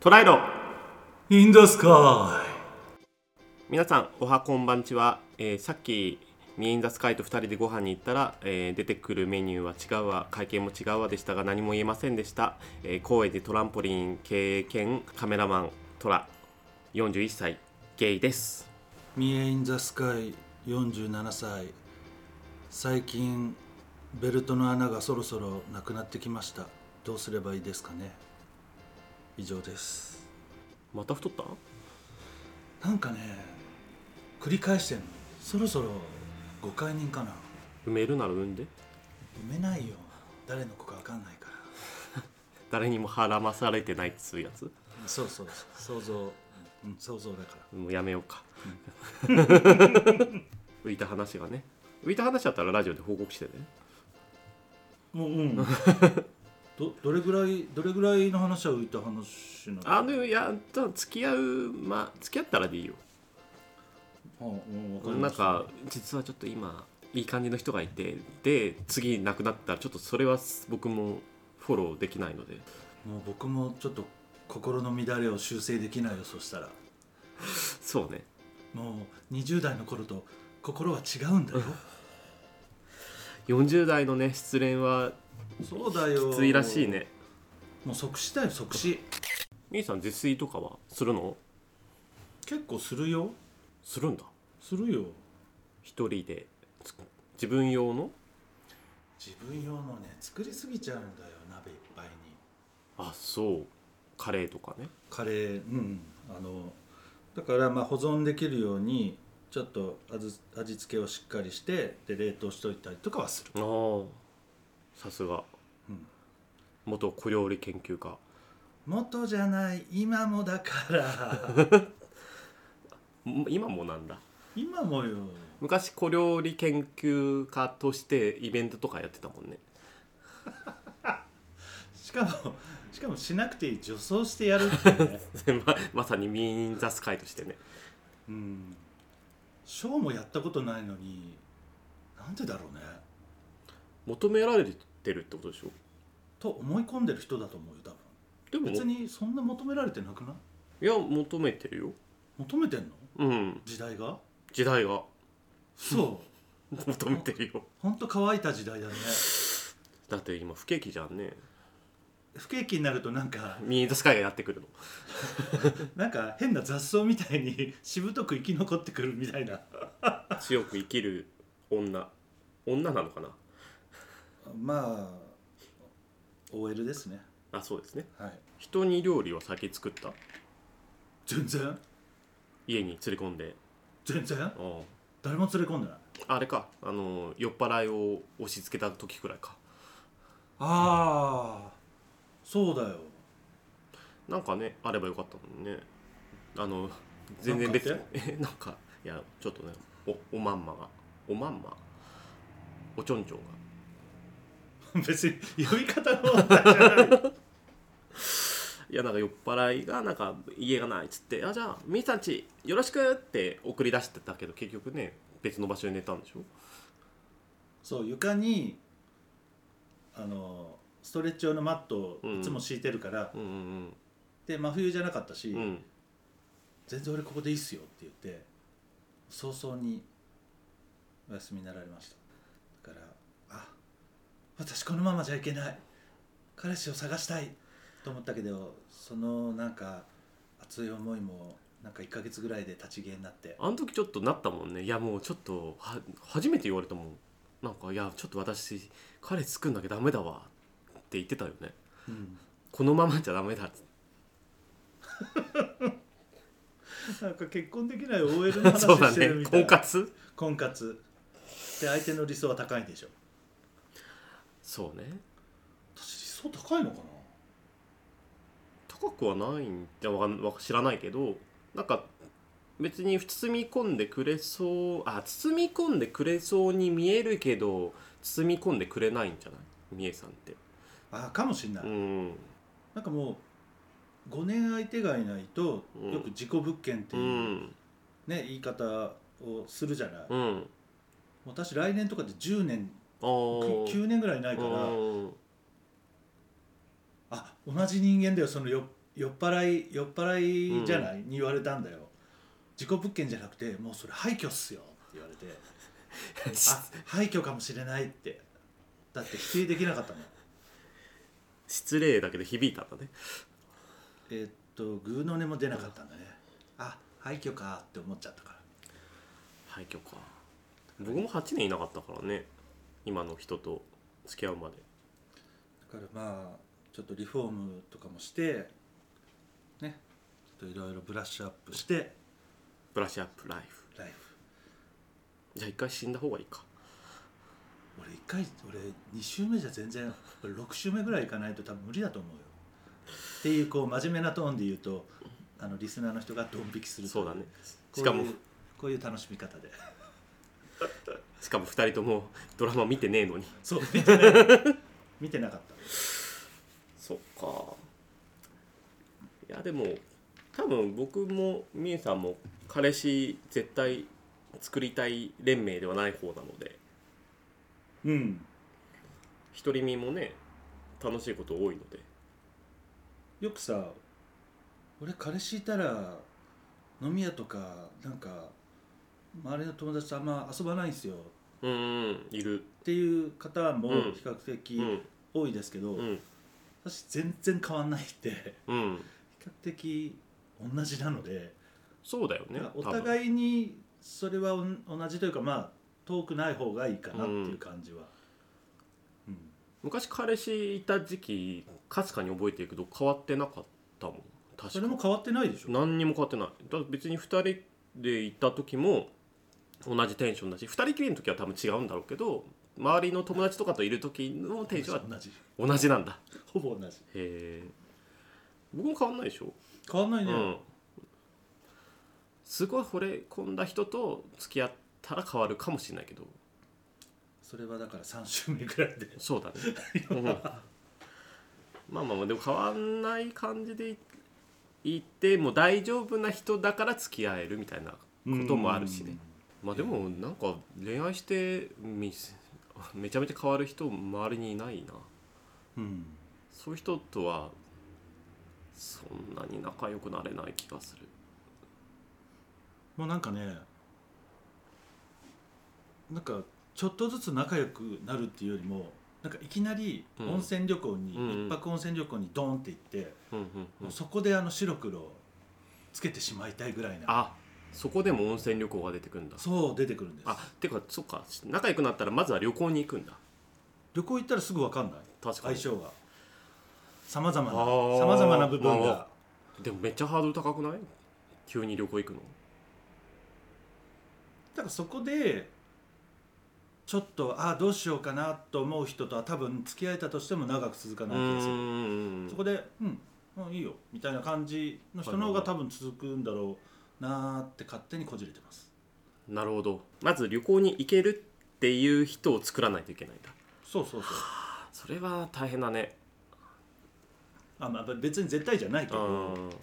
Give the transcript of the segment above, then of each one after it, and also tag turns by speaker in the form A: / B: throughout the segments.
A: トライド
B: In the sky
A: 皆さんおはこんばんちは、えーさっきミエンザスカイと2人でご飯に行ったら、えー出てくるメニューは違うわ会計も違うわでしたが何も言えませんでした、えー、高円寺トランポリン経験カメラマントラ41歳ゲイです
B: ミエインザスカイ47歳最近ベルトの穴がそろそろなくなってきましたどうすればいいですかね以上です
A: また太った
B: なんかね繰り返してんのそろそろ誤解人かな
A: 埋めるなら産んで
B: 埋めないよ誰の子か分かんないか
A: 誰にも孕まされてないっつうやつ
B: らそうそうそう想像、うん、想像だから
A: もうやめようか浮いた話がね浮いた話だったらラジオで報告してね
B: もううん どどれぐらいどれぐらいの話は浮いた話なの
A: あのいやただ付き合うまあ付き合ったらでいいよ
B: あうんわかりま
A: なん
B: した
A: か実はちょっと今いい感じの人がいてで次亡くなったらちょっとそれは僕もフォローできないので
B: もう僕もちょっと心の乱れを修正できないよそしたら
A: そうね
B: もう20代の頃と心は違うんだよ
A: 40代のね失恋は
B: そうだよ
A: きついらしいね
B: もう即死だよ即死
A: みーさん自炊とかはするの
B: 結構するよ
A: するんだ
B: するよ
A: 一人でつく自分用の
B: 自分用のね作りすぎちゃうんだよ鍋いっぱいに
A: あそうカレーとかね
B: カレーうんあのだからまあ保存できるようにちょっと味味付けをしっかりしてで冷凍しといたりとかはする
A: ああさすが、
B: うん
A: 元小料理研究家
B: 元じゃない今もだから
A: ん今もなんだ
B: 今もよ
A: 昔小料理研究家としてイベントとかやってたもんね
B: しかもしかもしなくていい女装してやるっていう ね
A: ままさにミーン・ザ・スカイとしてね
B: うんショーもやったことないのになんでだろうね
A: 求められてるってことでしょ
B: と思い込んでる人だと思うよ多
A: でも
B: 分別にそんな求められてなくない
A: いや求めてるよ
B: 求めてんの
A: うん
B: 時代が
A: 時代が
B: そう
A: 求めてるよ
B: ほんと乾いた時代だね
A: だって今不景気じゃんね
B: 不景気になるとなんか
A: ミーン・ザ・スカイがやってくるの
B: なんか変な雑草みたいに しぶとく生き残ってくるみたいな
A: 強く生きる女女なのかな
B: まあ OL ですね
A: あそうですね
B: はい
A: 人に料理を先作った
B: 全然
A: 家に連れ込んで
B: 全然
A: うん
B: 誰も連れ込んでない
A: あれかあの酔っ払いを押し付けた時くらいか
B: ああそうだよ
A: なんかねあればよかったのにねあの全然別に
B: なんか
A: えなんかいやちょっとねおおまんまがおまんまおちょんちょんが
B: 別に呼び方の問題じゃない
A: いやなんか酔っ払いがなんか家がないっつって「あじゃあみーさんちよろしく!」って送り出してたけど結局ね別の場所に寝たんでしょ
B: そう床にあのストレッチ用のマットを
A: うん
B: いつも敷いてるから、
A: うんうん
B: で真冬じゃなかったし、
A: うんうん
B: 全然俺ここでいいっすよって言って早々にお休みになられましただからあ私このままじゃいけない彼氏を探したいと思ったけどそのなんか熱い思いもなんか1ヶ月ぐらいで立ち消えになって
A: あの時ちょっとなったもんねいやもうちょっとは初めて言われたもんなんか「いやちょっと私彼作んなきゃダメだわ」って言ってたよね
B: うん
A: このままじゃダメだっつって
B: なんか結婚できない OL の話
A: そうだ
B: して
A: ね
B: るみたい
A: 婚
B: な、
A: 活
B: 婚活で相手の理想は高いんでしょ
A: そうね
B: 私理想高いのかな
A: 高くはないんじゃわかんわ知らないけどなんか別に包み込んでくれそうあ包み込んでくれそうに見えるけど包み込んでくれないんじゃないみえさんって
B: あかもしんない、
A: うん
B: なんかもう5年相手がいないと
A: うん
B: よく自己物件って
A: う
B: いう、
A: ん
B: ね、言い方をするじゃない、も
A: うん
B: う私来年とかで10年
A: あー
B: 9年ぐらいないから、
A: うん
B: あ同じ人間だよその酔っ酔っ払い酔っ払いじゃない、に言われたんだよ事故物件じゃなくてもうそれ廃墟っすよって言われてあ廃墟かもしれないってだって否定できなかったもん
A: 失礼だけど響いたんだね
B: えーっとグーの音も出なかったんだね、あ廃墟かって思っちゃったから
A: 廃墟か僕も8年いなかったからね今の人と付き合うまで
B: だからまあちょっとリフォームとかもしてねちょっといろいろブラッシュアップして
A: ブラッシュアップライフ
B: ライフ
A: じゃあ一回死んだ方がいいか
B: 俺一回俺2週目じゃ全然俺6週目ぐらい行かないと多分無理だと思うよっていうこう真面目なトーンで言うとあのリスナーの人がドン引きすると
A: そうだね
B: こ
A: し
B: ういう
A: かも
B: こういう楽しみ方で
A: しかも2人ともドラマ見てねえのに
B: そう見てない見てなかった
A: そっかいやでも多分僕もみえさんも彼氏絶対作りたい連盟ではない方なので
B: うん
A: 独り身もね楽しいこと多いので
B: よくさ俺彼氏いたら飲み屋とかなんか周りの友達とあんま遊ばないんですよっ
A: うんうんいる
B: ていう方も
A: うん
B: 比較的
A: うん
B: 多いですけど、
A: うん
B: 私全然変わんないって
A: うん
B: 比較的同じなので、
A: そうだよね
B: なんかお
A: 多分
B: 互いにそれはおん同じというかまあ遠くない方がいいかなっていう感じは、うん
A: 昔彼氏いた時期かすかに覚えてるけど変わってなかったもん確
B: そ
A: か
B: れも変わってないでしょ
A: 何にも変わってないだから別に2人で行った時も同じテンションだし2人きりの時は多分違うんだろうけど周りの友達とかといる時のテンションは
B: 同じ
A: 同じなんだ
B: ほぼ同じ
A: へえ僕も変わんないでしょ、
B: 変わんないね、
A: うんすごい惚れ込んだ人と付き合ったら変わるかもしれないけど
B: それはだから3週目ぐらいで
A: そうだね、うんまあまあまあでも変わんない感じでいってもう大丈夫な人だから付き合えるみたいなこともあるしねまあでもなんか恋愛してみせめちゃめちゃ変わる人周りにいないな
B: うん、うん
A: そういう人とはそんなに仲良くなれない気がする
B: もうなんかねなんかちょっとずつ仲良くなるっていうよりもなんかいきなり
A: うん
B: 温泉旅行に、
A: うんうん
B: 一泊温泉旅行にドーンって行って、
A: うんうんう
B: も
A: ん
B: うそこであの白黒つけてしまいたいぐらいな
A: あそこでも温泉旅行が出てくるんだ
B: そう出てくるんです
A: あてかそっか仲良くなったらまずは旅行に行くんだ
B: 旅行行ったらすぐ分かんない
A: 確か
B: 相
A: に
B: 性がさまざまな
A: あー
B: さまざまな部分
A: ま
B: が
A: あでもめっちゃハードル高くない急に旅行行くの
B: だからそこでちょっとああどうしようかなと思う人とは多分付き合えたとしても長く続か
A: う
B: ない気がする
A: ーん
B: そこで「うん、もういいよ」みたいな感じの人の方が多分続くんだろうなーって勝手にこじれてます
A: なるほどまず旅行に行けるっていう人を作らないといけないんだ
B: そうそうそう
A: あそれは大変だね
B: あ、まあ、別に絶対じゃないけ
A: う
B: ど
A: ん
B: 絶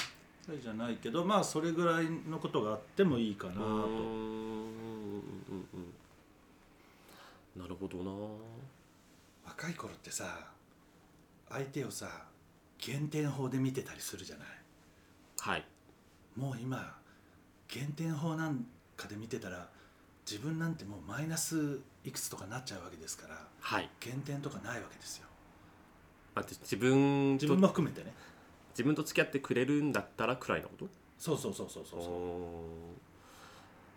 B: 対じゃないけどまあそれぐらいのことがあってもいいかな
A: うーん
B: と
A: うんうんなるほどな
B: 若い頃ってさ相手をさ減点法で見てたりするじゃない
A: はい
B: もう今減点法なんかで見てたら自分なんてもうマイナスいくつとかなっちゃうわけですから
A: はい
B: 減点とかないわけですよ
A: あで自分と
B: 自分も含めてね
A: 自分と付き合ってくれるんだったらくらいなこと
B: そうそうそうそうそうそう
A: おー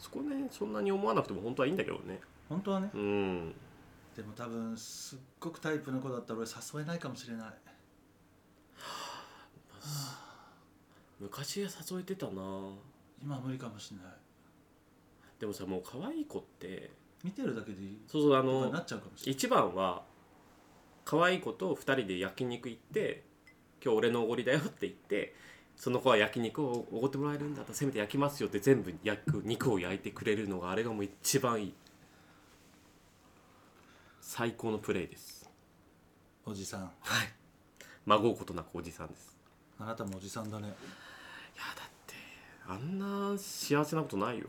A: そこねそんなに思わなくても本当はいいんだけどね
B: 本当はね
A: うん
B: でも多分すっごくタイプの子だったら俺誘えないかもしれない
A: 昔誘えてたな
B: 今は無理かもしれない
A: でもさもう可愛い子って
B: 見てるだけでいい
A: そうそうあ
B: とかに
A: の
B: なっちゃうかもしれない
A: 一番は可愛い子と2人で焼肉行って「今日俺のおごりだよ」って言ってその子は焼肉をおごってもらえるんだったらせめて焼きますよって全部焼く肉を焼いてくれるのがあれがもう一番いい最高のプレイです
B: おじさん
A: 孫うことなくおじさんです
B: あなたもおじさんだね
A: いやだってあんな幸せなことないよ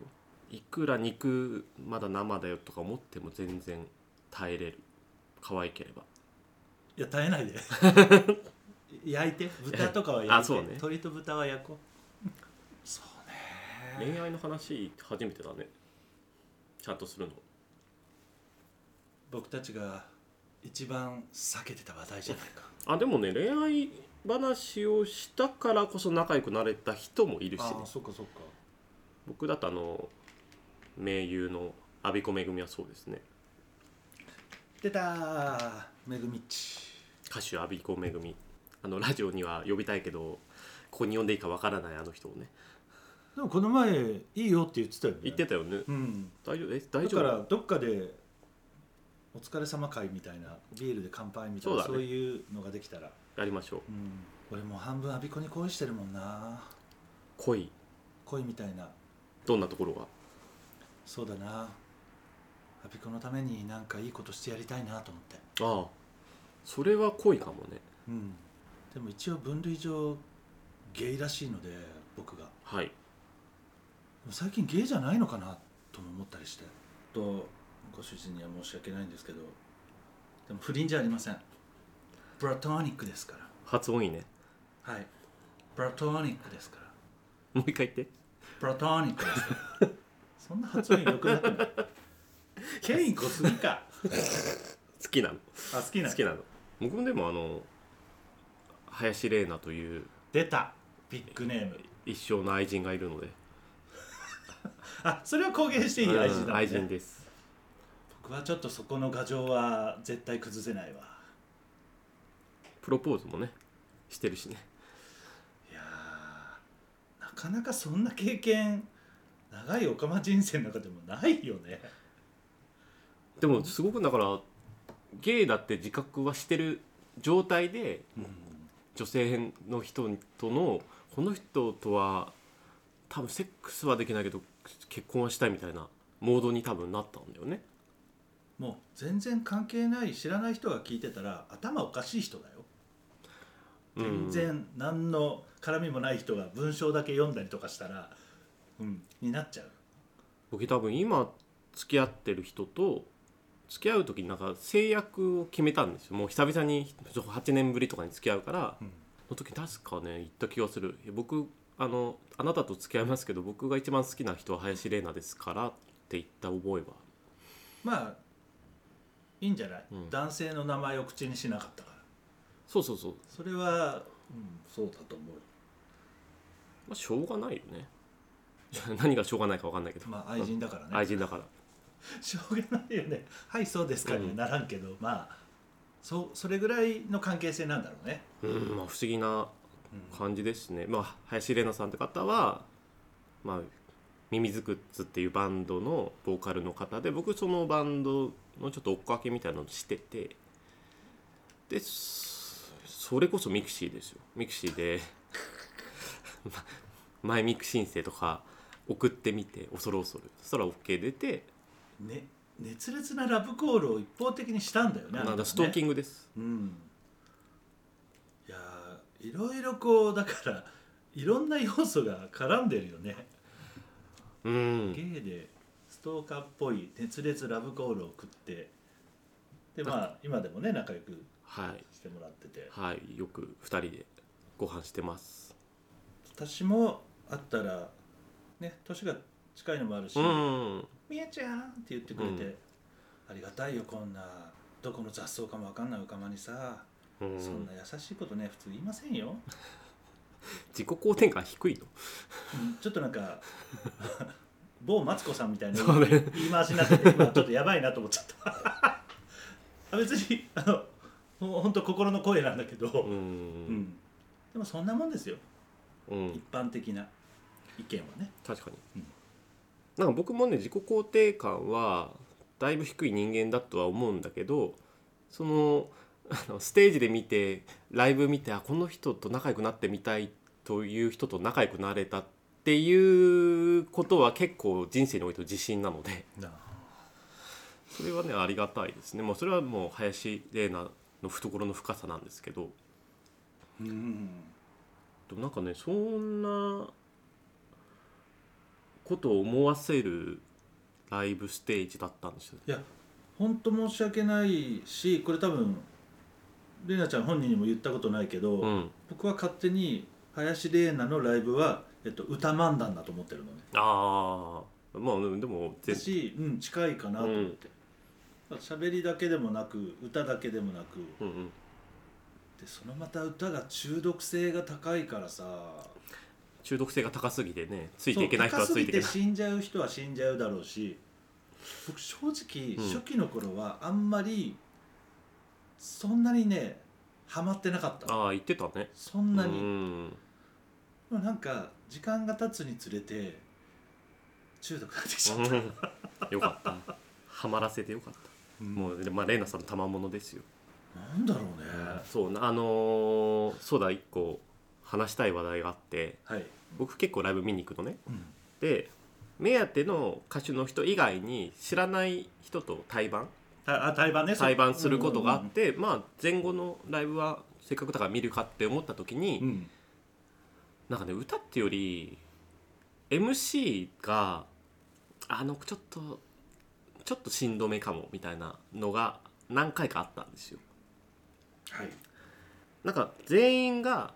A: いくら肉まだ生だよとか思っても全然耐えれる可愛ければ
B: いや耐えないで焼いて豚とかは焼いて
A: あそうね
B: 鶏と豚は焼こうそうね
A: 恋愛の話初めてだねちゃんとするの
B: 僕たちが一番避けてた話題じゃないか
A: あでもね恋愛話をしたからこそ仲良くなれた人もいるしね、
B: そっかそっか
A: 僕だとあの名優の阿ビ子めぐみはそうですね
B: 出たーめぐみっち
A: 歌手阿ビ子めぐみあのラジオには呼びたいけどここに呼んでいいかわからないあの人をね
B: でもこの前いいよって言ってたよね
A: 言ってたよね
B: うん
A: 大丈夫え
B: だ
A: 大丈
B: か
A: 夫
B: らどっかでお疲れ様会みたいなビールで乾杯みたいな
A: そ
B: そうう,、
A: だね
B: いうのができたら、
A: やりましょう
B: うん、俺もう半分アビコに恋してるもんな
A: 恋
B: 恋みたいな
A: どんなところが
B: そうだなアビコのためになんかいいことしてやりたいなと思って
A: ああそれは恋かもね
B: うんでも一応分類上ゲイらしいので僕が
A: はい
B: でも最近ゲイじゃないのかなとも思ったりしてとご主人には申し訳ないんですけどでも不倫じゃありませんプラトニックですから
A: 発音いいね
B: はい。プラトニックですから。
A: もう一回言って
B: プラトニックですから。 そんな発音良くなくないケイン小杉か。
A: 好きなの
B: あ、好きな
A: 好きなの僕もでもあの林玲奈という
B: 出た。ビッグネーム。
A: 一生の愛人がいるので
B: あ、 それは公言していい愛人だ、
A: うん
B: ね、
A: 愛人です
B: 僕はちょっとそこの牙城は絶対崩せないわ。
A: プロポーズもねしてるしね
B: いやー、なかなかそんな経験、長いオカマ人生の中でもないよね。
A: でもすごくだからゲイだって自覚はしてる状態で女性の人とのこの人とは多分セックスはできないけど結婚はしたいみたいなモードに多分なったんだよね
B: もう全然関係ない知らない人が聞いてたら頭おかしい人だよ
A: うん
B: 全然何の絡みもない人が文章だけ読んだりとかしたら、うん、になっちゃう
A: 僕多分今付き合ってる人と付き合う時になんか制約を決めたんですよもう久々に8年ぶりとかに付き合うから
B: うん
A: の時確かね言った気がするいや僕あのあなたと付き合いますけど僕が一番好きな人は林玲奈ですからって言った覚えは
B: まあいいんじゃない、
A: うん
B: 男性の名前を口にしなかったから
A: そうそうそう、
B: それは、うん、そうだと思う
A: まあ、しょうがないよね 何がしょうがないか分かんないけど、
B: まあ愛人だからね、
A: 愛人だから
B: しょうがないよね はいそうですかに、
A: うん
B: ならんけどまあそそれぐらいの関係性なんだろうね、
A: うんまあ不思議な
B: うん
A: 感じですね、まあ、林玲奈さんって方は、まあ、ミミズクッズっていうバンドのボーカルの方で僕そのバンドのちょっと追っかけみたいなのしててでそそれこそミクシーですよミクシーで ま前ミク申請とか送ってみて恐る恐るそしたら OK 出て、
B: ね熱烈なラブコールを一方的にしたんだよねあなた
A: な
B: は
A: ん
B: ね
A: だストーキングです、
B: うんいやーいろいろこうだからいろんな要素が絡んでるよね、
A: うん
B: ゲイでストーカーっぽい熱烈ラブコールを送ってでまあ今でもね仲良く
A: はい
B: してもらってて
A: はいよく2人でご飯してます
B: 私もあったらね年が近いのもあるし
A: うん
B: 「み、え、ちゃん!」って言ってくれて、
A: うん
B: ありがたいよこんなどこの雑草かもわかんないおかまにさ、
A: うん
B: そんな優しいことね普通言いませんよ
A: 自己肯定感低いの
B: うんちょっとなんか 某マツコさんみたいな
A: そうね
B: 言い回しになってて今ちょっとやばいなと思っちゃったあ別にあのほほんと心の声なんだけど、
A: う
B: うん
A: ん、
B: でもそんなもんですよ
A: うん
B: 一、般的な意見はね
A: 確かに、
B: うん
A: なんか僕もね自己肯定感はだいぶ低い人間だとは思うんだけどその あのステージで見てライブ見てあこの人と仲良くなってみたいという人と仲良くなれたっていうことは結構人生において自信なの でそれはねありがたいですねもうそれはもう林玲奈の懐の深さなんですけど
B: うん
A: でもなんかねそんなことを思わせるライブステージだったんですよ
B: いやほんと申し訳ないしこれ多分玲奈ちゃん本人にも言ったことないけど、
A: うん
B: 僕は勝手に林玲奈のライブは、えっと、歌漫談だと思ってるのね
A: ああまあでもでも全
B: 私、うん、近いかなと思って喋、りだけでもなく歌だけでもなく
A: うんうん
B: でそのまた歌が中毒性が高いからさ
A: 中毒性が高すぎてねつ
B: つ
A: いていけない人はついていけない
B: 死んじゃう人は死んじゃうだろうし僕正直、
A: うん
B: 初期の頃はあんまりそんなにねハマってなかった
A: ああ言ってたね
B: そんなに、
A: うん
B: でもなんか時間が経つにつれて中毒になってきちゃった、
A: よかったハマらせてよかったもうまあ玲奈さんの賜物ですよ
B: なんだろうね、
A: そうなあのーそうだ一個話したい話題があって
B: はい、
A: 僕結構ライブ見に行くのね
B: うん
A: で目当ての歌手の人以外に知らない人と対バン
B: あ対バンね
A: 対バンすることがあって、まあ前後のライブはせっかくだから見るかって思った時に、
B: うんうん
A: なんかね歌ってより MC があのちょっとちょっとしんどめかもみたいなのが何回かあったんですよ
B: はい
A: なんか全員が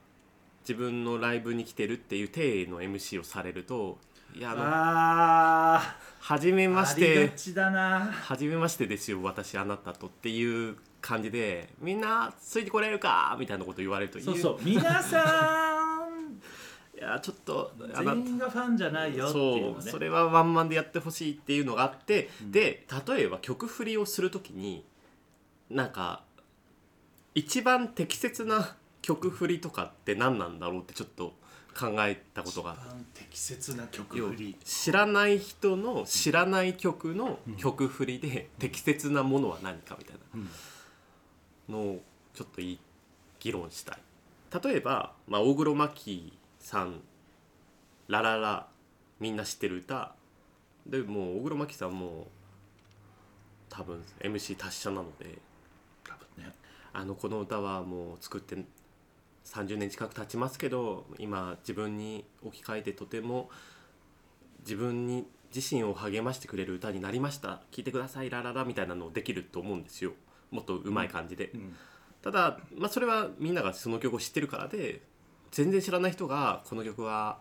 A: 自分のライブに来てるっていう体の MC をされると「いやあの
B: あ
A: 初め
B: ー
A: まし
B: あり
A: て
B: がちだな
A: 初めましてですよ私あなたと」っていう感じで「みんなついてこれるか」みたいなこと言われると
B: そうそう皆さん
A: いやちょっとあな
B: 全員がファンじゃないよっていう
A: そ
B: の
A: う
B: ね
A: それはワンマンでやってほしいっていうのがあって、
B: うん
A: で例えば曲振りをするときになんか一番適切な曲振りとかって何なんだろうってちょっと考えたことがあ
B: 一
A: って
B: 番適切な曲振り
A: 知らない人の知らない曲の
B: うん
A: 曲振りで適切なものは何かみたいな
B: う
A: の
B: ん
A: をちょっといい議論したい例えば、まあ、大黒摩季さん「ラララ」みんな知ってる歌でもう大黒摩季さんも多分 MC 達者なので
B: 多分ね
A: あのこの歌はもう作って30年近く経ちますけど今自分に置き換えてとても自分に自身を励ましてくれる歌になりました聴いてくださいラララみたいなのをできると思うんですよもっとうまい感じで、
B: うん
A: ただ、まあ、それはみんながその曲を知ってるからで全然知らない人がこの曲は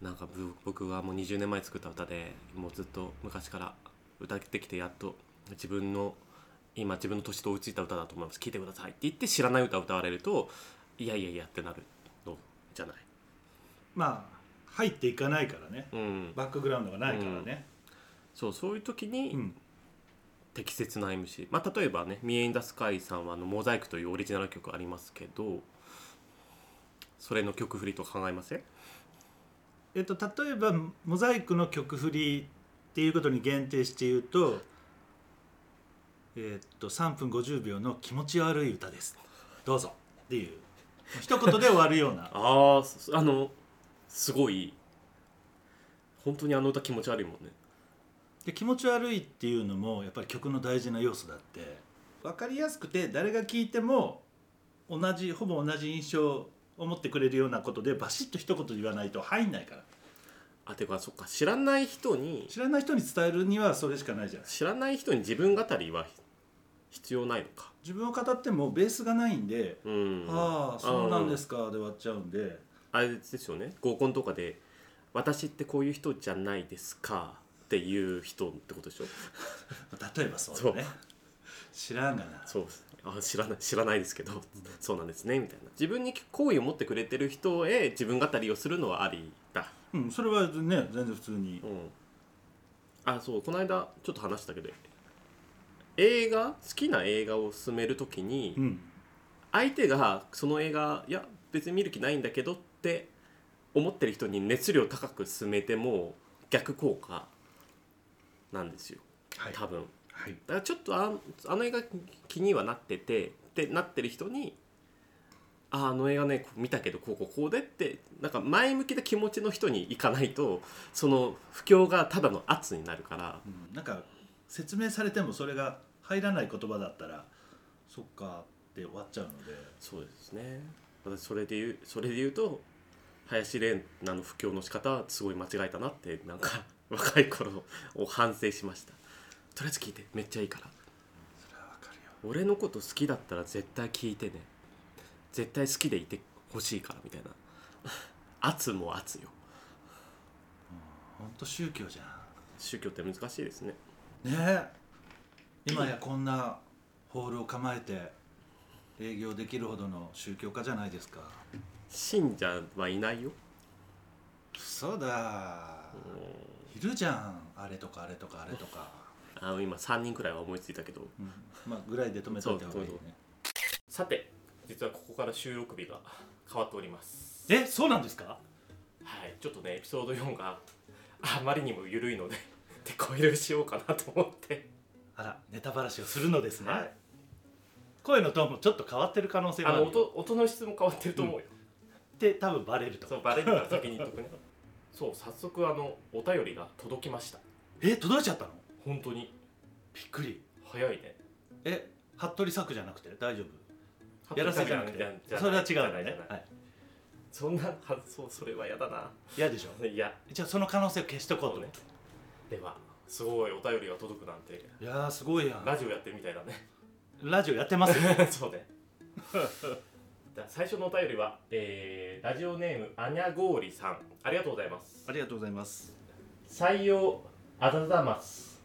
A: なんかぶ僕はもう20年前作った歌でもうずっと昔から歌ってきてやっと自分の今自分の年と追いついた歌だと思います聴いてくださいって言って知らない歌を歌われるといやいやいやってなるのじゃない。
B: まあ入っていかないからね
A: うん、
B: バックグラウンドがないからね
A: そうそういう時
B: う
A: に
B: ん
A: 適切な MC、まあ、例えばね「ミエイン・ザ・スカイ」さんはあの「モザイク」というオリジナル曲ありますけどそれの曲振りとか考えません
B: えっと例えばモザイクの曲振りっていうことに限定して言うとえっと3分50秒の気持ち悪い歌ですどうぞっていう一言で終わるような
A: ああそあのすごい本当にあの歌気持ち悪いもんね
B: で気持ち悪いっていうのもやっぱり曲の大事な要素だって分かりやすくて誰が聴いても同じほぼ同じ印象を持ってくれるようなことでバシッと一言言わないと入んないから
A: あてかそっか知らない人に
B: 知らない人に伝えるにはそれしかないじゃない
A: 知らない人に自分語りは必要ないのか
B: 自分を語ってもベースがないんで
A: うん
B: ああそうなんですすかで終わっちゃうんで
A: あれですよね合コンとかで「私ってこういう人じゃないですか」っていう人ってことでしょ
B: 例えばそうだね知らんがな
A: そうあ知らない知らないですけどそうなんですねみたいな自分に好意を持ってくれてる人へ自分語りをするのはありだ
B: うんそれはね全然普通に
A: うん、あそうこの間ちょっと話したけど映画好きな映画を進めるときに、
B: うん
A: 相手がその映画いや別に見る気ないんだけどって思ってる人に熱量高く進めても逆効果なんですよ
B: はい
A: 多分
B: はい
A: だからちょっとああの映画気にはなっててってなってる人に「ああの映画ね見たけどこうこうこうで」ってなんか前向きな気持ちの人に行かないとその不況がただの圧になるから
B: うんなんか説明されてもそれが入らない言葉だったらそっかって終わっちゃうので
A: そうですね私それで言うそれで言うと林玲奈の不況の仕方はすごい間違えたなってなんか若い頃を反省しましたとりあえず聞いてめっちゃいいから
B: それはわかるよ
A: 俺のこと好きだったら絶対聞いてね絶対好きでいてほしいからみたいな圧も圧よ
B: ほんと宗教じゃ
A: 宗教って難しいですね
B: んねえ今やこんなホールを構えて営業できるほどの宗教家じゃないですか
A: 信者はいないよ
B: そうだ
A: うん
B: いるじゃんあれとかあれとかあれとか、
A: あの今3人くらいは思いついたけど
B: うん、まあぐらいで止めといた方がいいね
A: さて実はここから収録日が変わっております
B: えそうなんですか
A: はいちょっとねエピソード4があまりにも緩いので手こ入れしようかなと思って
B: あらネタばらしをするのですね、
A: はい
B: 声のトーンもちょっと変わってる可能性も
A: あ
B: あ
A: の
B: るよ
A: 音音の質も変わってると思うよ、
B: って多分バレると
A: そうバレるから先に言っとくね そう早速あのお便りが届きました
B: え届いちゃったの
A: 本当に
B: びっくり
A: 早いね
B: え服部作じゃなくて大丈夫やらせじゃなく
A: じ
B: て
A: ゃじゃ
B: それは違
A: じゃ
B: う
A: な
B: の
A: いじゃ
B: ね
A: ない
B: はい
A: そんな発想それは嫌だな
B: 嫌でしょ
A: いや
B: じゃあその可能性を消しとこう
A: そう
B: と思
A: ね
B: って
A: ではすごいお便りが届くなんて
B: いやーすごいや
A: ラ
B: ん
A: ジオやってるみたいだ ね
B: ラジオやってますよ
A: そうね。じゃあ最初のお便りは、えーラジオネームアニャゴーリさん ありがとうございます
B: ありがとうございます
A: 採用あざざます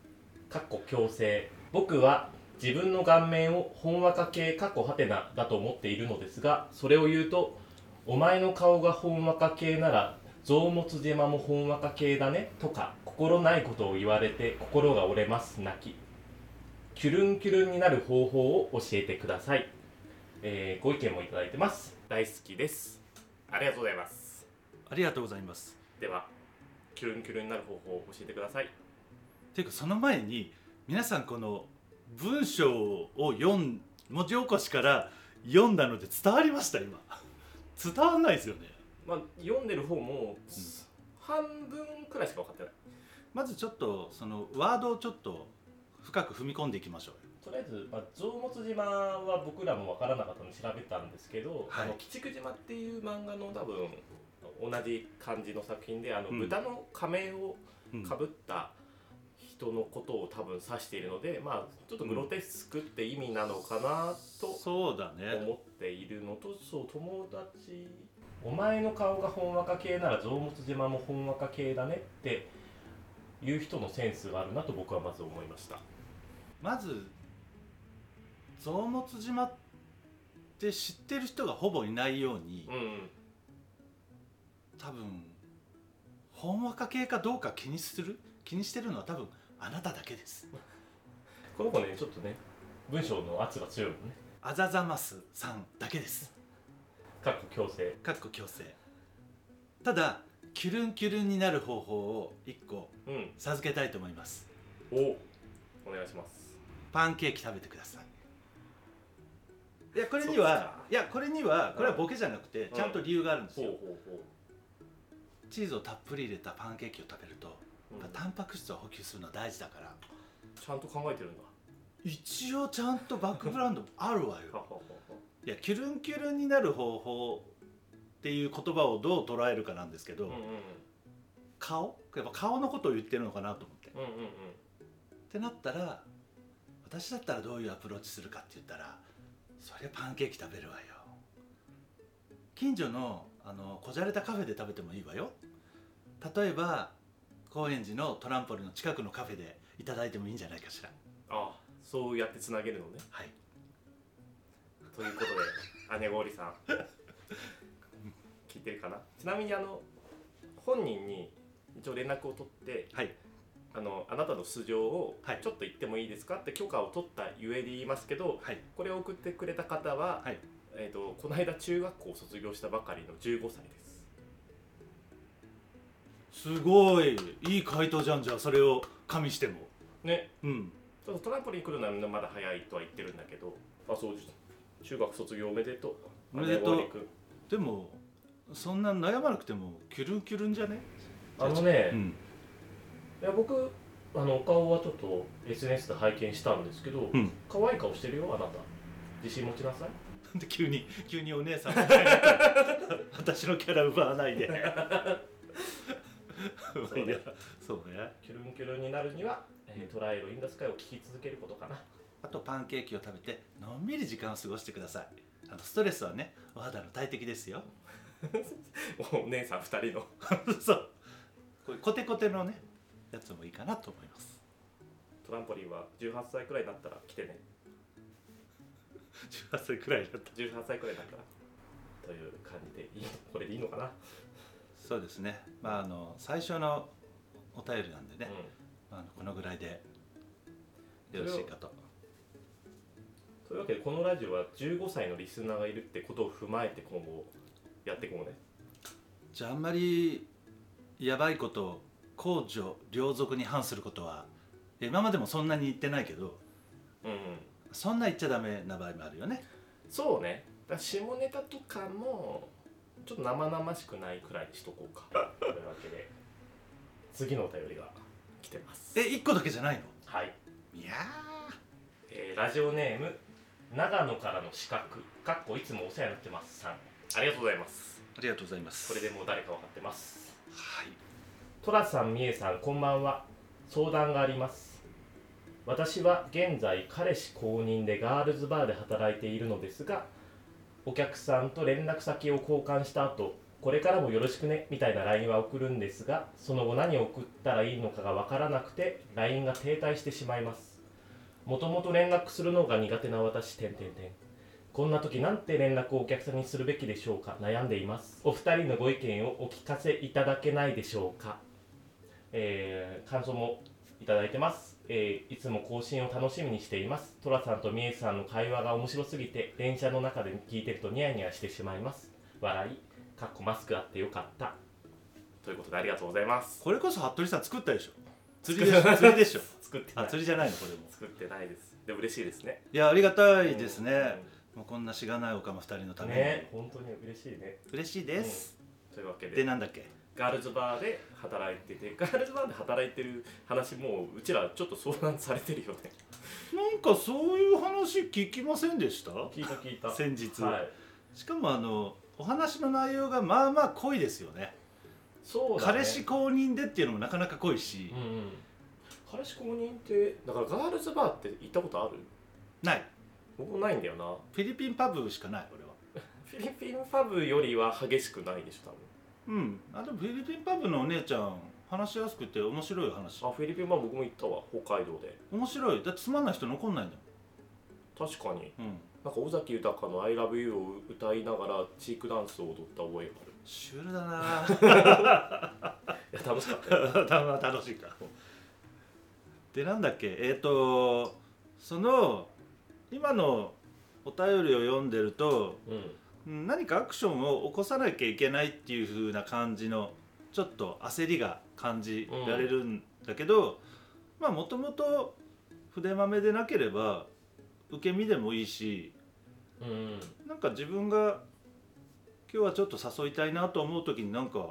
A: かっこ強制僕は自分の顔面をほんわか系かっこはてなだと思っているのですがそれを言うとお前の顔がほんわか系なら臓物島もほんわか系だねとか心ないことを言われて心が折れます泣きキュルンキュルンになる方法を教えてください、えーご意見もいただいてます大好きですありがとうございます
B: ありがとうございます
A: ではキュルンキュルンになる方法を教えてください
B: ていうかその前に皆さんこの文章を読ん文字起こしから読んだので伝わりました今 伝わんないですよね
A: まあ、読んでる方も、半分くらいしか分かってない
B: まずちょっとそのワードをちょっと深く踏み込んでいきましょう
A: と
B: よ
A: りあえず、まあ、臓物島は僕らも分からなかったので調べたんですけど「
B: は
A: あ
B: い
A: の鬼畜島」っていう漫画の多分同じ感じの作品であの、
B: うん
A: 豚の仮面を
B: うん
A: かぶった人のことを多分指しているので、まあ、ちょっとグロテスクって意味なのかなと
B: そうだね
A: 思っているのとそう友達お前の顔がほんわか系なら臓物島もほんわか系だねっていう人のセンスがあるなと僕はまず思いました
B: まず臓物島って知ってる人がほぼいないように
A: うん
B: 多分ほんわか系かどうか気にする気にしてるのは多分あなただけです
A: この子ねちょっとね文章の圧が強いもんね
B: あざざますさんだけです
A: かっこ強制
B: かっこ強制ただキュルンキュルンになる方法を1個
A: うん
B: 授けたいと思います
A: おお願いします
B: パンケーキ食べてくださいいやこれ
A: そ
B: に
A: うです
B: は
A: か
B: いやこれにはこれはボケじゃなくて
A: うん
B: ちゃんと理由があるんです
A: ほう
B: よ
A: ほうほう
B: チーズをたっぷり入れたパンケーキを食べると
A: うん
B: やっぱタンパク質を補給するのは大事だから
A: ちゃんと考えてるんだ
B: 一応ちゃんとバックグラウンドもあるわよ
A: ははははい
B: やキュルンキュルンになる方法っていう言葉をどう捉えるかなんですけど、
A: うんうんうん
B: 顔やっぱ顔のことを言ってるのかなと思って
A: うんうんうん
B: ってなったら私だったらどういうアプローチするかって言ったらそりゃパンケーキ食べるわよ近所のあのこじゃれたカフェで食べてもいいわよ例えば高円寺のトランポリンの近くのカフェでいただいてもいいんじゃないかしら
A: ああそうやってつなげるのね
B: はい
A: ということで姉氷さん聞いてるかなちなみにあの本人に一応連絡を取って
B: はい
A: あのあなたの素性を
B: はい
A: ちょっと言ってもいいですかって許可を取ったゆえで言いますけど
B: はい
A: これを送ってくれた方は、
B: はい
A: えー、とこの間中学校を卒業したばかりの15歳です
B: すごいいい回答じゃんじゃあそれを加味しても
A: ね
B: うん
A: ちょっとトランポリン来るのはまだ早いとは言ってるんだけどあそう中学卒業おめでとう
B: おめでとう
A: 姉氷くん
B: でもそんな悩まなくてもキュルンキュルンじゃね
A: あのね、
B: ん
A: いや僕あのお顔はちょっと SNS で拝見したんですけど、
B: うん
A: 可愛い顔してるよあなた自信持ちなさい
B: なんで 急に急にお姉さんみたいな私のキャラ奪わないで
A: そうね
B: いやそうね
A: キュルンキュルンになるには、えートライアルインダスカイを聞き続けることかな
B: あとパンケーキを食べてのんびり時間を過ごしてくださいあのストレスはねお肌の大敵ですよ
A: お姉さん2人の
B: そうこういうコテコテのねやつもいいかなと思い ます
A: トランポリンは18歳くらいになったら来てね
B: 18歳くらいだった
A: 18歳くらいになったらという感じでいいこれでいいのかな、
B: そうですねまああの最初のお便りなんで
A: う
B: ね、
A: ん
B: まああのこのぐらいでよろしいかと
A: というわけでこのラジオは15歳のリスナーがいるってことを踏まえて今後やっていこうね
B: じゃああんまりやばいこと公序良俗に反することは今までもそんなに言ってないけど
A: うん、
B: そんな言っちゃダメな場合もあるよね
A: そうねだから下ネタとかもちょっと生々しくないくらいにしとこうかというわけで次のお便りが来てます
B: え一1個だけじゃない
A: はい、
B: のいや
A: えーラジオネーム長野からの資格かっこいつもお世話になってますさんありがとうございます
B: ーありがとうございます
A: これでもう誰か分かってます
B: はい
A: トラさん、みえさん、こんばんは。相談があります。私は現在、彼氏公認でガールズバーで働いているのですが、お客さんと連絡先を交換した後、これからもよろしくねみたいな LINE は送るんですが、その後何を送ったらいいのかがわからなくて、LINE が停滞してしまいます。もともと連絡するのが苦手な私、てんてんてん。こんな時なんて連絡をお客さんにするべきでしょうか悩んでいます。お二人のご意見をお聞かせいただけないでしょうかえー感想もいただいてます、えーいつも更新を楽しみにしていますトラさんとミエさんの会話が面白すぎて電車の中で聞いてるとニヤニヤしてしまいます笑いかっこマスクあってよかったということでありがとうございます
B: これこそ服部さん作ったでしょ釣りでしょ釣りでしょ
A: 作ってな
B: あ
A: い
B: 釣りじゃないのこれも
A: 作ってないですでも嬉しいですね
B: いやありがたいですねもうこんなしがないおかま2人のた
A: うん
B: めに、
A: ね本当に嬉しいね
B: 嬉しいです、
A: というわけ
B: で
A: で
B: なんだっけ
A: ガールズバーで働いててガールズバーで働いてる話もううちらちょっと相談されてるよね
B: なんかそういう話聞きませんでした
A: 聞いた聞いた
B: 先日
A: はい
B: しかもあのお話の内容がまあまあ濃いですよね
A: そうだね
B: 彼氏公認でっていうのもなかなか濃いし、
A: うんうん、彼氏公認ってだからガールズバーって行ったことある
B: ない
A: 僕ないんだよな
B: フィリピンパブしかない俺は
A: フィリピンファブよりは激しくないでしょ
B: うんあでもフィリピンパブのお姉ちゃん話しやすくて面白い話
A: 多分あフィリピンバー僕も行ったわ北海道で
B: 面白いだってつまんない人残んないんだ
A: 確かに
B: もん、うん、
A: なんか尾崎豊の「ILOVEYOU」を歌いながらチークダンスを踊った覚えがある
B: シュールだな
A: いや楽しかったよ
B: まあ楽しいかでなんだっけえっ、とその今のお便りを読んでると
A: うん
B: うん何かアクションを起こさなきゃいけないっていう風な感じのちょっと焦りが感じられるんだけど、まあもともと筆まめでなければ受け身でもいいし
A: うん
B: なんか自分が今日はちょっと誘いたいなと思う時になんか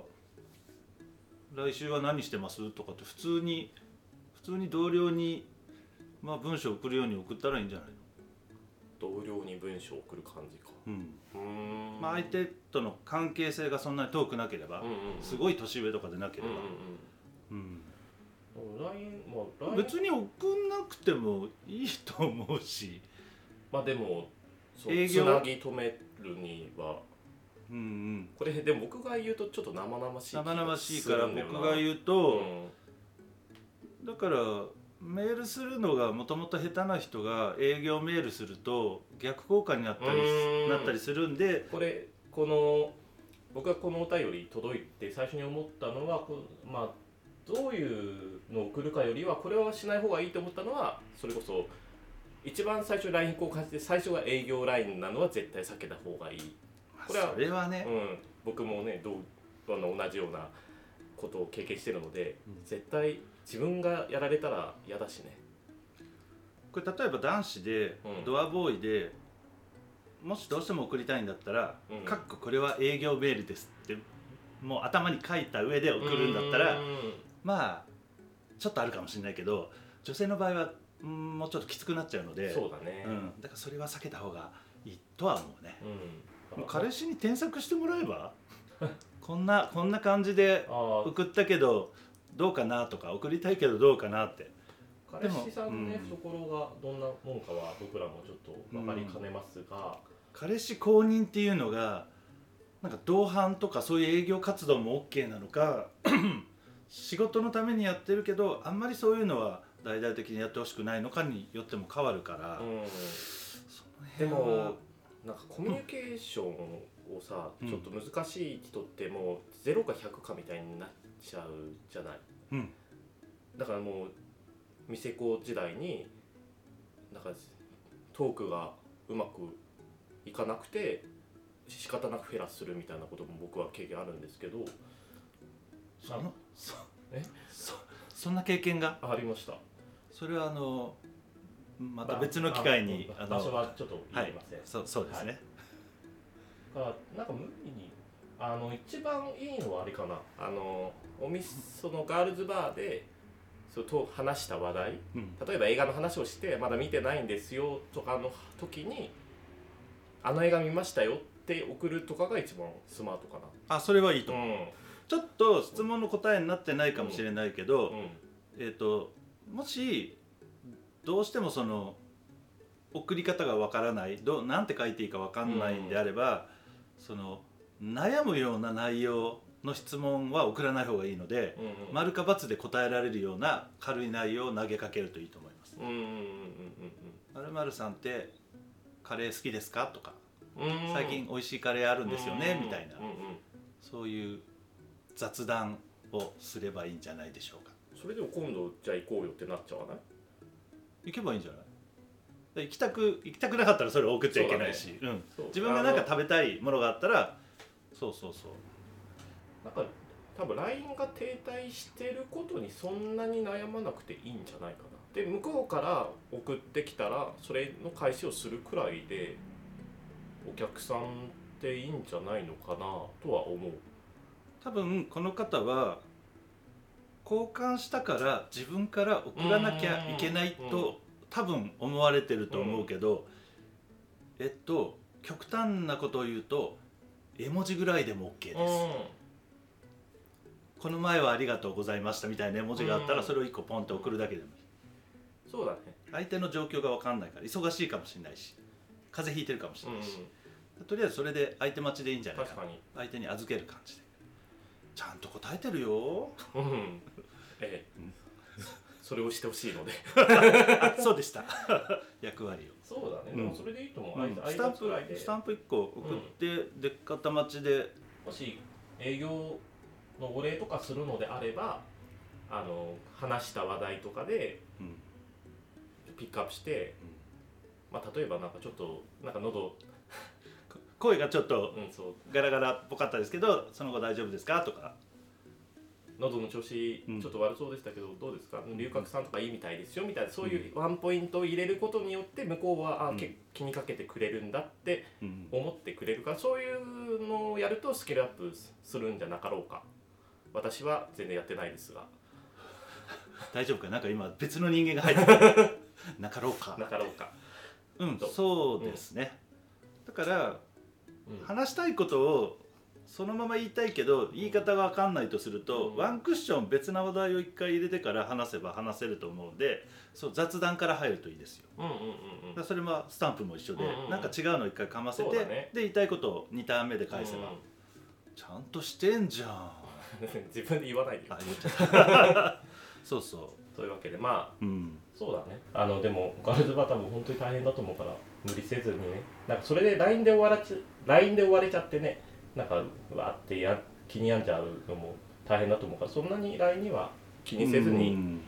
B: 「来週は何してます?」とかって普通に普通に同僚に、まあ、文章送るように送ったらいいんじゃないの、
A: 同僚に文章を送る感じか
B: うん
A: うーん
B: まあ、相手との関係性がそんなに遠くなければ。
A: うんうんうん
B: すごい年上とかでなけれ
A: うん
B: ば
A: うん、
B: うん
A: うん LINE まあ LINE
B: 別に送んなくてもいいと思うし、
A: まあでもそう
B: 営
A: つ
B: 業
A: なぎ止めるには
B: うんうん、
A: これでも僕が言うとちょっと生々しい気が
B: 生々しいから
A: するんだよな
B: 僕が
A: う
B: 言うと、
A: ん
B: だからメールするのがもともと下手な人が営業メールすると逆効果になったり
A: うーん
B: なったりするんで
A: これこの僕がこのお便り届いて最初に思ったのはこうまあどういうのを送るかよりはこれはしない方がいいと思ったのはそれこそ一番最初 LINE 交換して最初が営業 LINE なのは絶対避けた方がいい、これは
B: それはね、
A: うん、僕もねどうあの同じようなことを経験してるので、
B: うん
A: 絶対自分がやられたら嫌だしね
B: これ例えば男子で
A: うん
B: ドアボーイで、もしどうしても送りたいんだったら
A: うん
B: 「かっここれは営業メールです」ってもう頭に書いた上で送るんだったら。
A: うん
B: まあちょっとあるかもしれないけど女性の場合はうんもうちょっときつくなっちゃうので
A: そうだね、
B: うん、だからそれは避けた方がいいとは思うね
A: うん
B: もう彼氏に添削してもらえ ばこんなこんな感じで
A: ああ
B: 送ったけどどうかなとか送りたいけどどうかなって
A: 彼氏さんのね
B: でも
A: 懐がどんなもんかは僕らもちょっと分かりかねますが、
B: 彼氏公認っていうのがなんか同伴とかそういう営業活動も OK なのか 仕事のためにやってるけどあんまりそういうのは大々的にやってほしくないのかによっても変わるから、
A: うん
B: そ
A: で
B: の辺は
A: もなんかコミュニケーションをさ、
B: うん
A: ちょっと難しい人ってもう0か100かみたいになっちゃうじゃない
B: うん
A: だからもう店子時代になんかトークがうまくいかなくて仕方なくフェラするみたいなことも僕は経験あるんですけど
B: そのそ
A: え
B: そそんな経験が
A: あありました
B: それはあのまた別の機会に
A: まあ
B: あ
A: 場所
B: の
A: はちょっと言いません、
B: そうそうですね、
A: がなんか無理にあの一番いいのはあれかなあのお店そのガールズバーでそうと話した話題
B: うん
A: 例えば映画の話をしてまだ見てないんですよとかの時にあの映画見ましたよって送るとかが一番スマートか
B: あそれはいいと
A: なう
B: 思うんちょっと質問の答えになってないかもしれないけど、
A: うん
B: えー、ともしどうしてもその送り方がわからないどうなんて書いていいかわかんないんであれば、その悩むような内容の質問は送らない方がいいので、
A: うんうん
B: 丸か×で答えられるような軽い内容を投げかけるといいと思います。
A: うんうんうん
B: 〇〇さんってカレー好きですかとか
A: うんうんうん
B: 最近美味しいカレーある
A: うん
B: ですよねみたいな
A: うんうん
B: そういう雑談をすればいいんじゃないでしょうか
A: それでも今度じゃあ行こうよってなっちゃわない
B: 行けばいいんじゃないで行きたく行きたくなかったらそれを送っちゃいけないしう、ん、
A: そう
B: 自分がなんか食べたいものがあったらそうそうそう
A: なんか多分 LINE が停滞してることにそんなに悩まなくていいんじゃないかなで向こうから送ってきたらそれの返しをするくらいでお客さんっていいんじゃないのかなとは思う
B: 多分この方は交換したから自分から送らなきゃいけないと多分思われてると思うけど、えっと極端なことを言うと絵文字ぐらいでも OK です、この前はありがとうございましたみたいな絵文字があった
A: う
B: ら
A: ん
B: それを1個ポンと送るだけでもいい
A: そうだね
B: 相手の状況が分かんないから忙しいかもしれないし風邪ひいてるかもし
A: う
B: れないし、
A: ん
B: とりあえずそれで相手待ちでいいんじゃないか
A: 確
B: な
A: かに
B: 相手に預ける感じでちゃんと答えてるよ
A: うんええそれをしてほしいので
B: あそうでした 役割を
A: そうだね、
B: うん
A: でもそれでいいと思う、
B: うん
A: あい
B: ス
A: つ
B: タ
A: あ
B: ン
A: いつくらい
B: プ
A: で
B: スタンプ1個送って、で片待ちで
A: もし営業のお礼とかするのであればあの話した話題とかで
B: うん
A: ピックアップして、まあ、例えばなんかちょっとなんか喉、
B: こ声がちょっと
A: うん、そう
B: ガラガラっぽかったですけどその後大丈夫ですかとか
A: 喉の調子
B: うん
A: ちょっと悪そうでしたけど、どうですか龍角散とかいいみたいですよみたいなそういうワンポイントを入れることによって向こうは、
B: うん
A: あけ気にかけてくれるんだって
B: うん
A: 思ってくれるからそういうのをやるとスキルアップするんじゃなかろうか私は全然やってないですが
B: 大丈夫かなんか今別の人間が入って くるなかろうか
A: なかろうか、
B: うんそうですね、だから
A: うん
B: 話したいことをそのまま言いたいけど言い方が分かんないとすると、
A: うん
B: ワンクッション別な話題を一回入れてから話せば話せると思うんでそう雑談から入るといいですよ
A: うんうんうん
B: だからそれもスタンプも一緒で、
A: うんうんうん
B: なんか違うの一回かませて、
A: そうだね
B: で言いたいことを2ターン目で返せば、
A: うん
B: ちゃんとしてんじゃんあ
A: 自分で言わないでよ
B: 言っちゃった そうそ
A: というわけでまあ
B: ううん
A: そうだねあのでもガールズバー多分本当に大変だと思うから無理せずにねなんかそれで LINE で終わらち LINE で終われちゃってねなんかわーってや気に病んじゃうのも大変だと思うからそんなに LINE には気にせず
B: う
A: に
B: ん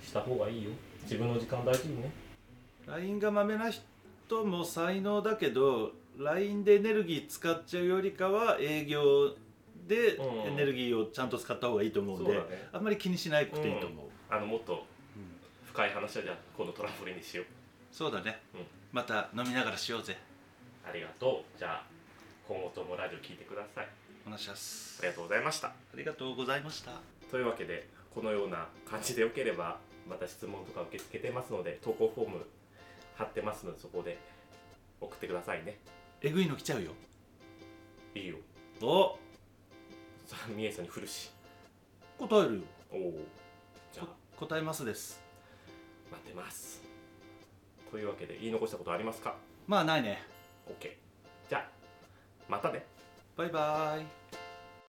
A: した方がいいよ自分の時間大事にね
B: LINE がまめな人も才能だけど LINE でエネルギー使っちゃうよりかは営業で
A: うん
B: エネルギーをちゃんと使った方がいいと思うんで、
A: そうだね
B: あんまり気にしなくていいと思う、
A: あのもっと
B: うん
A: 深い話はじゃあ今度トランポリンにしよう
B: そうだね、
A: うん
B: また飲みながらしようぜ
A: ありがとうじゃあ今後ともラジオ聞いてください
B: お願いします
A: ありがとうございました
B: ありがとうございました
A: というわけでこのような感じでよければまた質問とか受け付けてますので投稿フォーム貼ってますのでそこで送ってくださいね
B: えぐいの来ちゃうよ
A: いい よ
B: お
A: さあみえさんに振るし
B: 答えるよ
A: おおじゃあ
B: こ答えますです
A: 待ってますというわけで言い残したことありますか
B: まあないね
A: OK じゃあまたね
B: バイバイ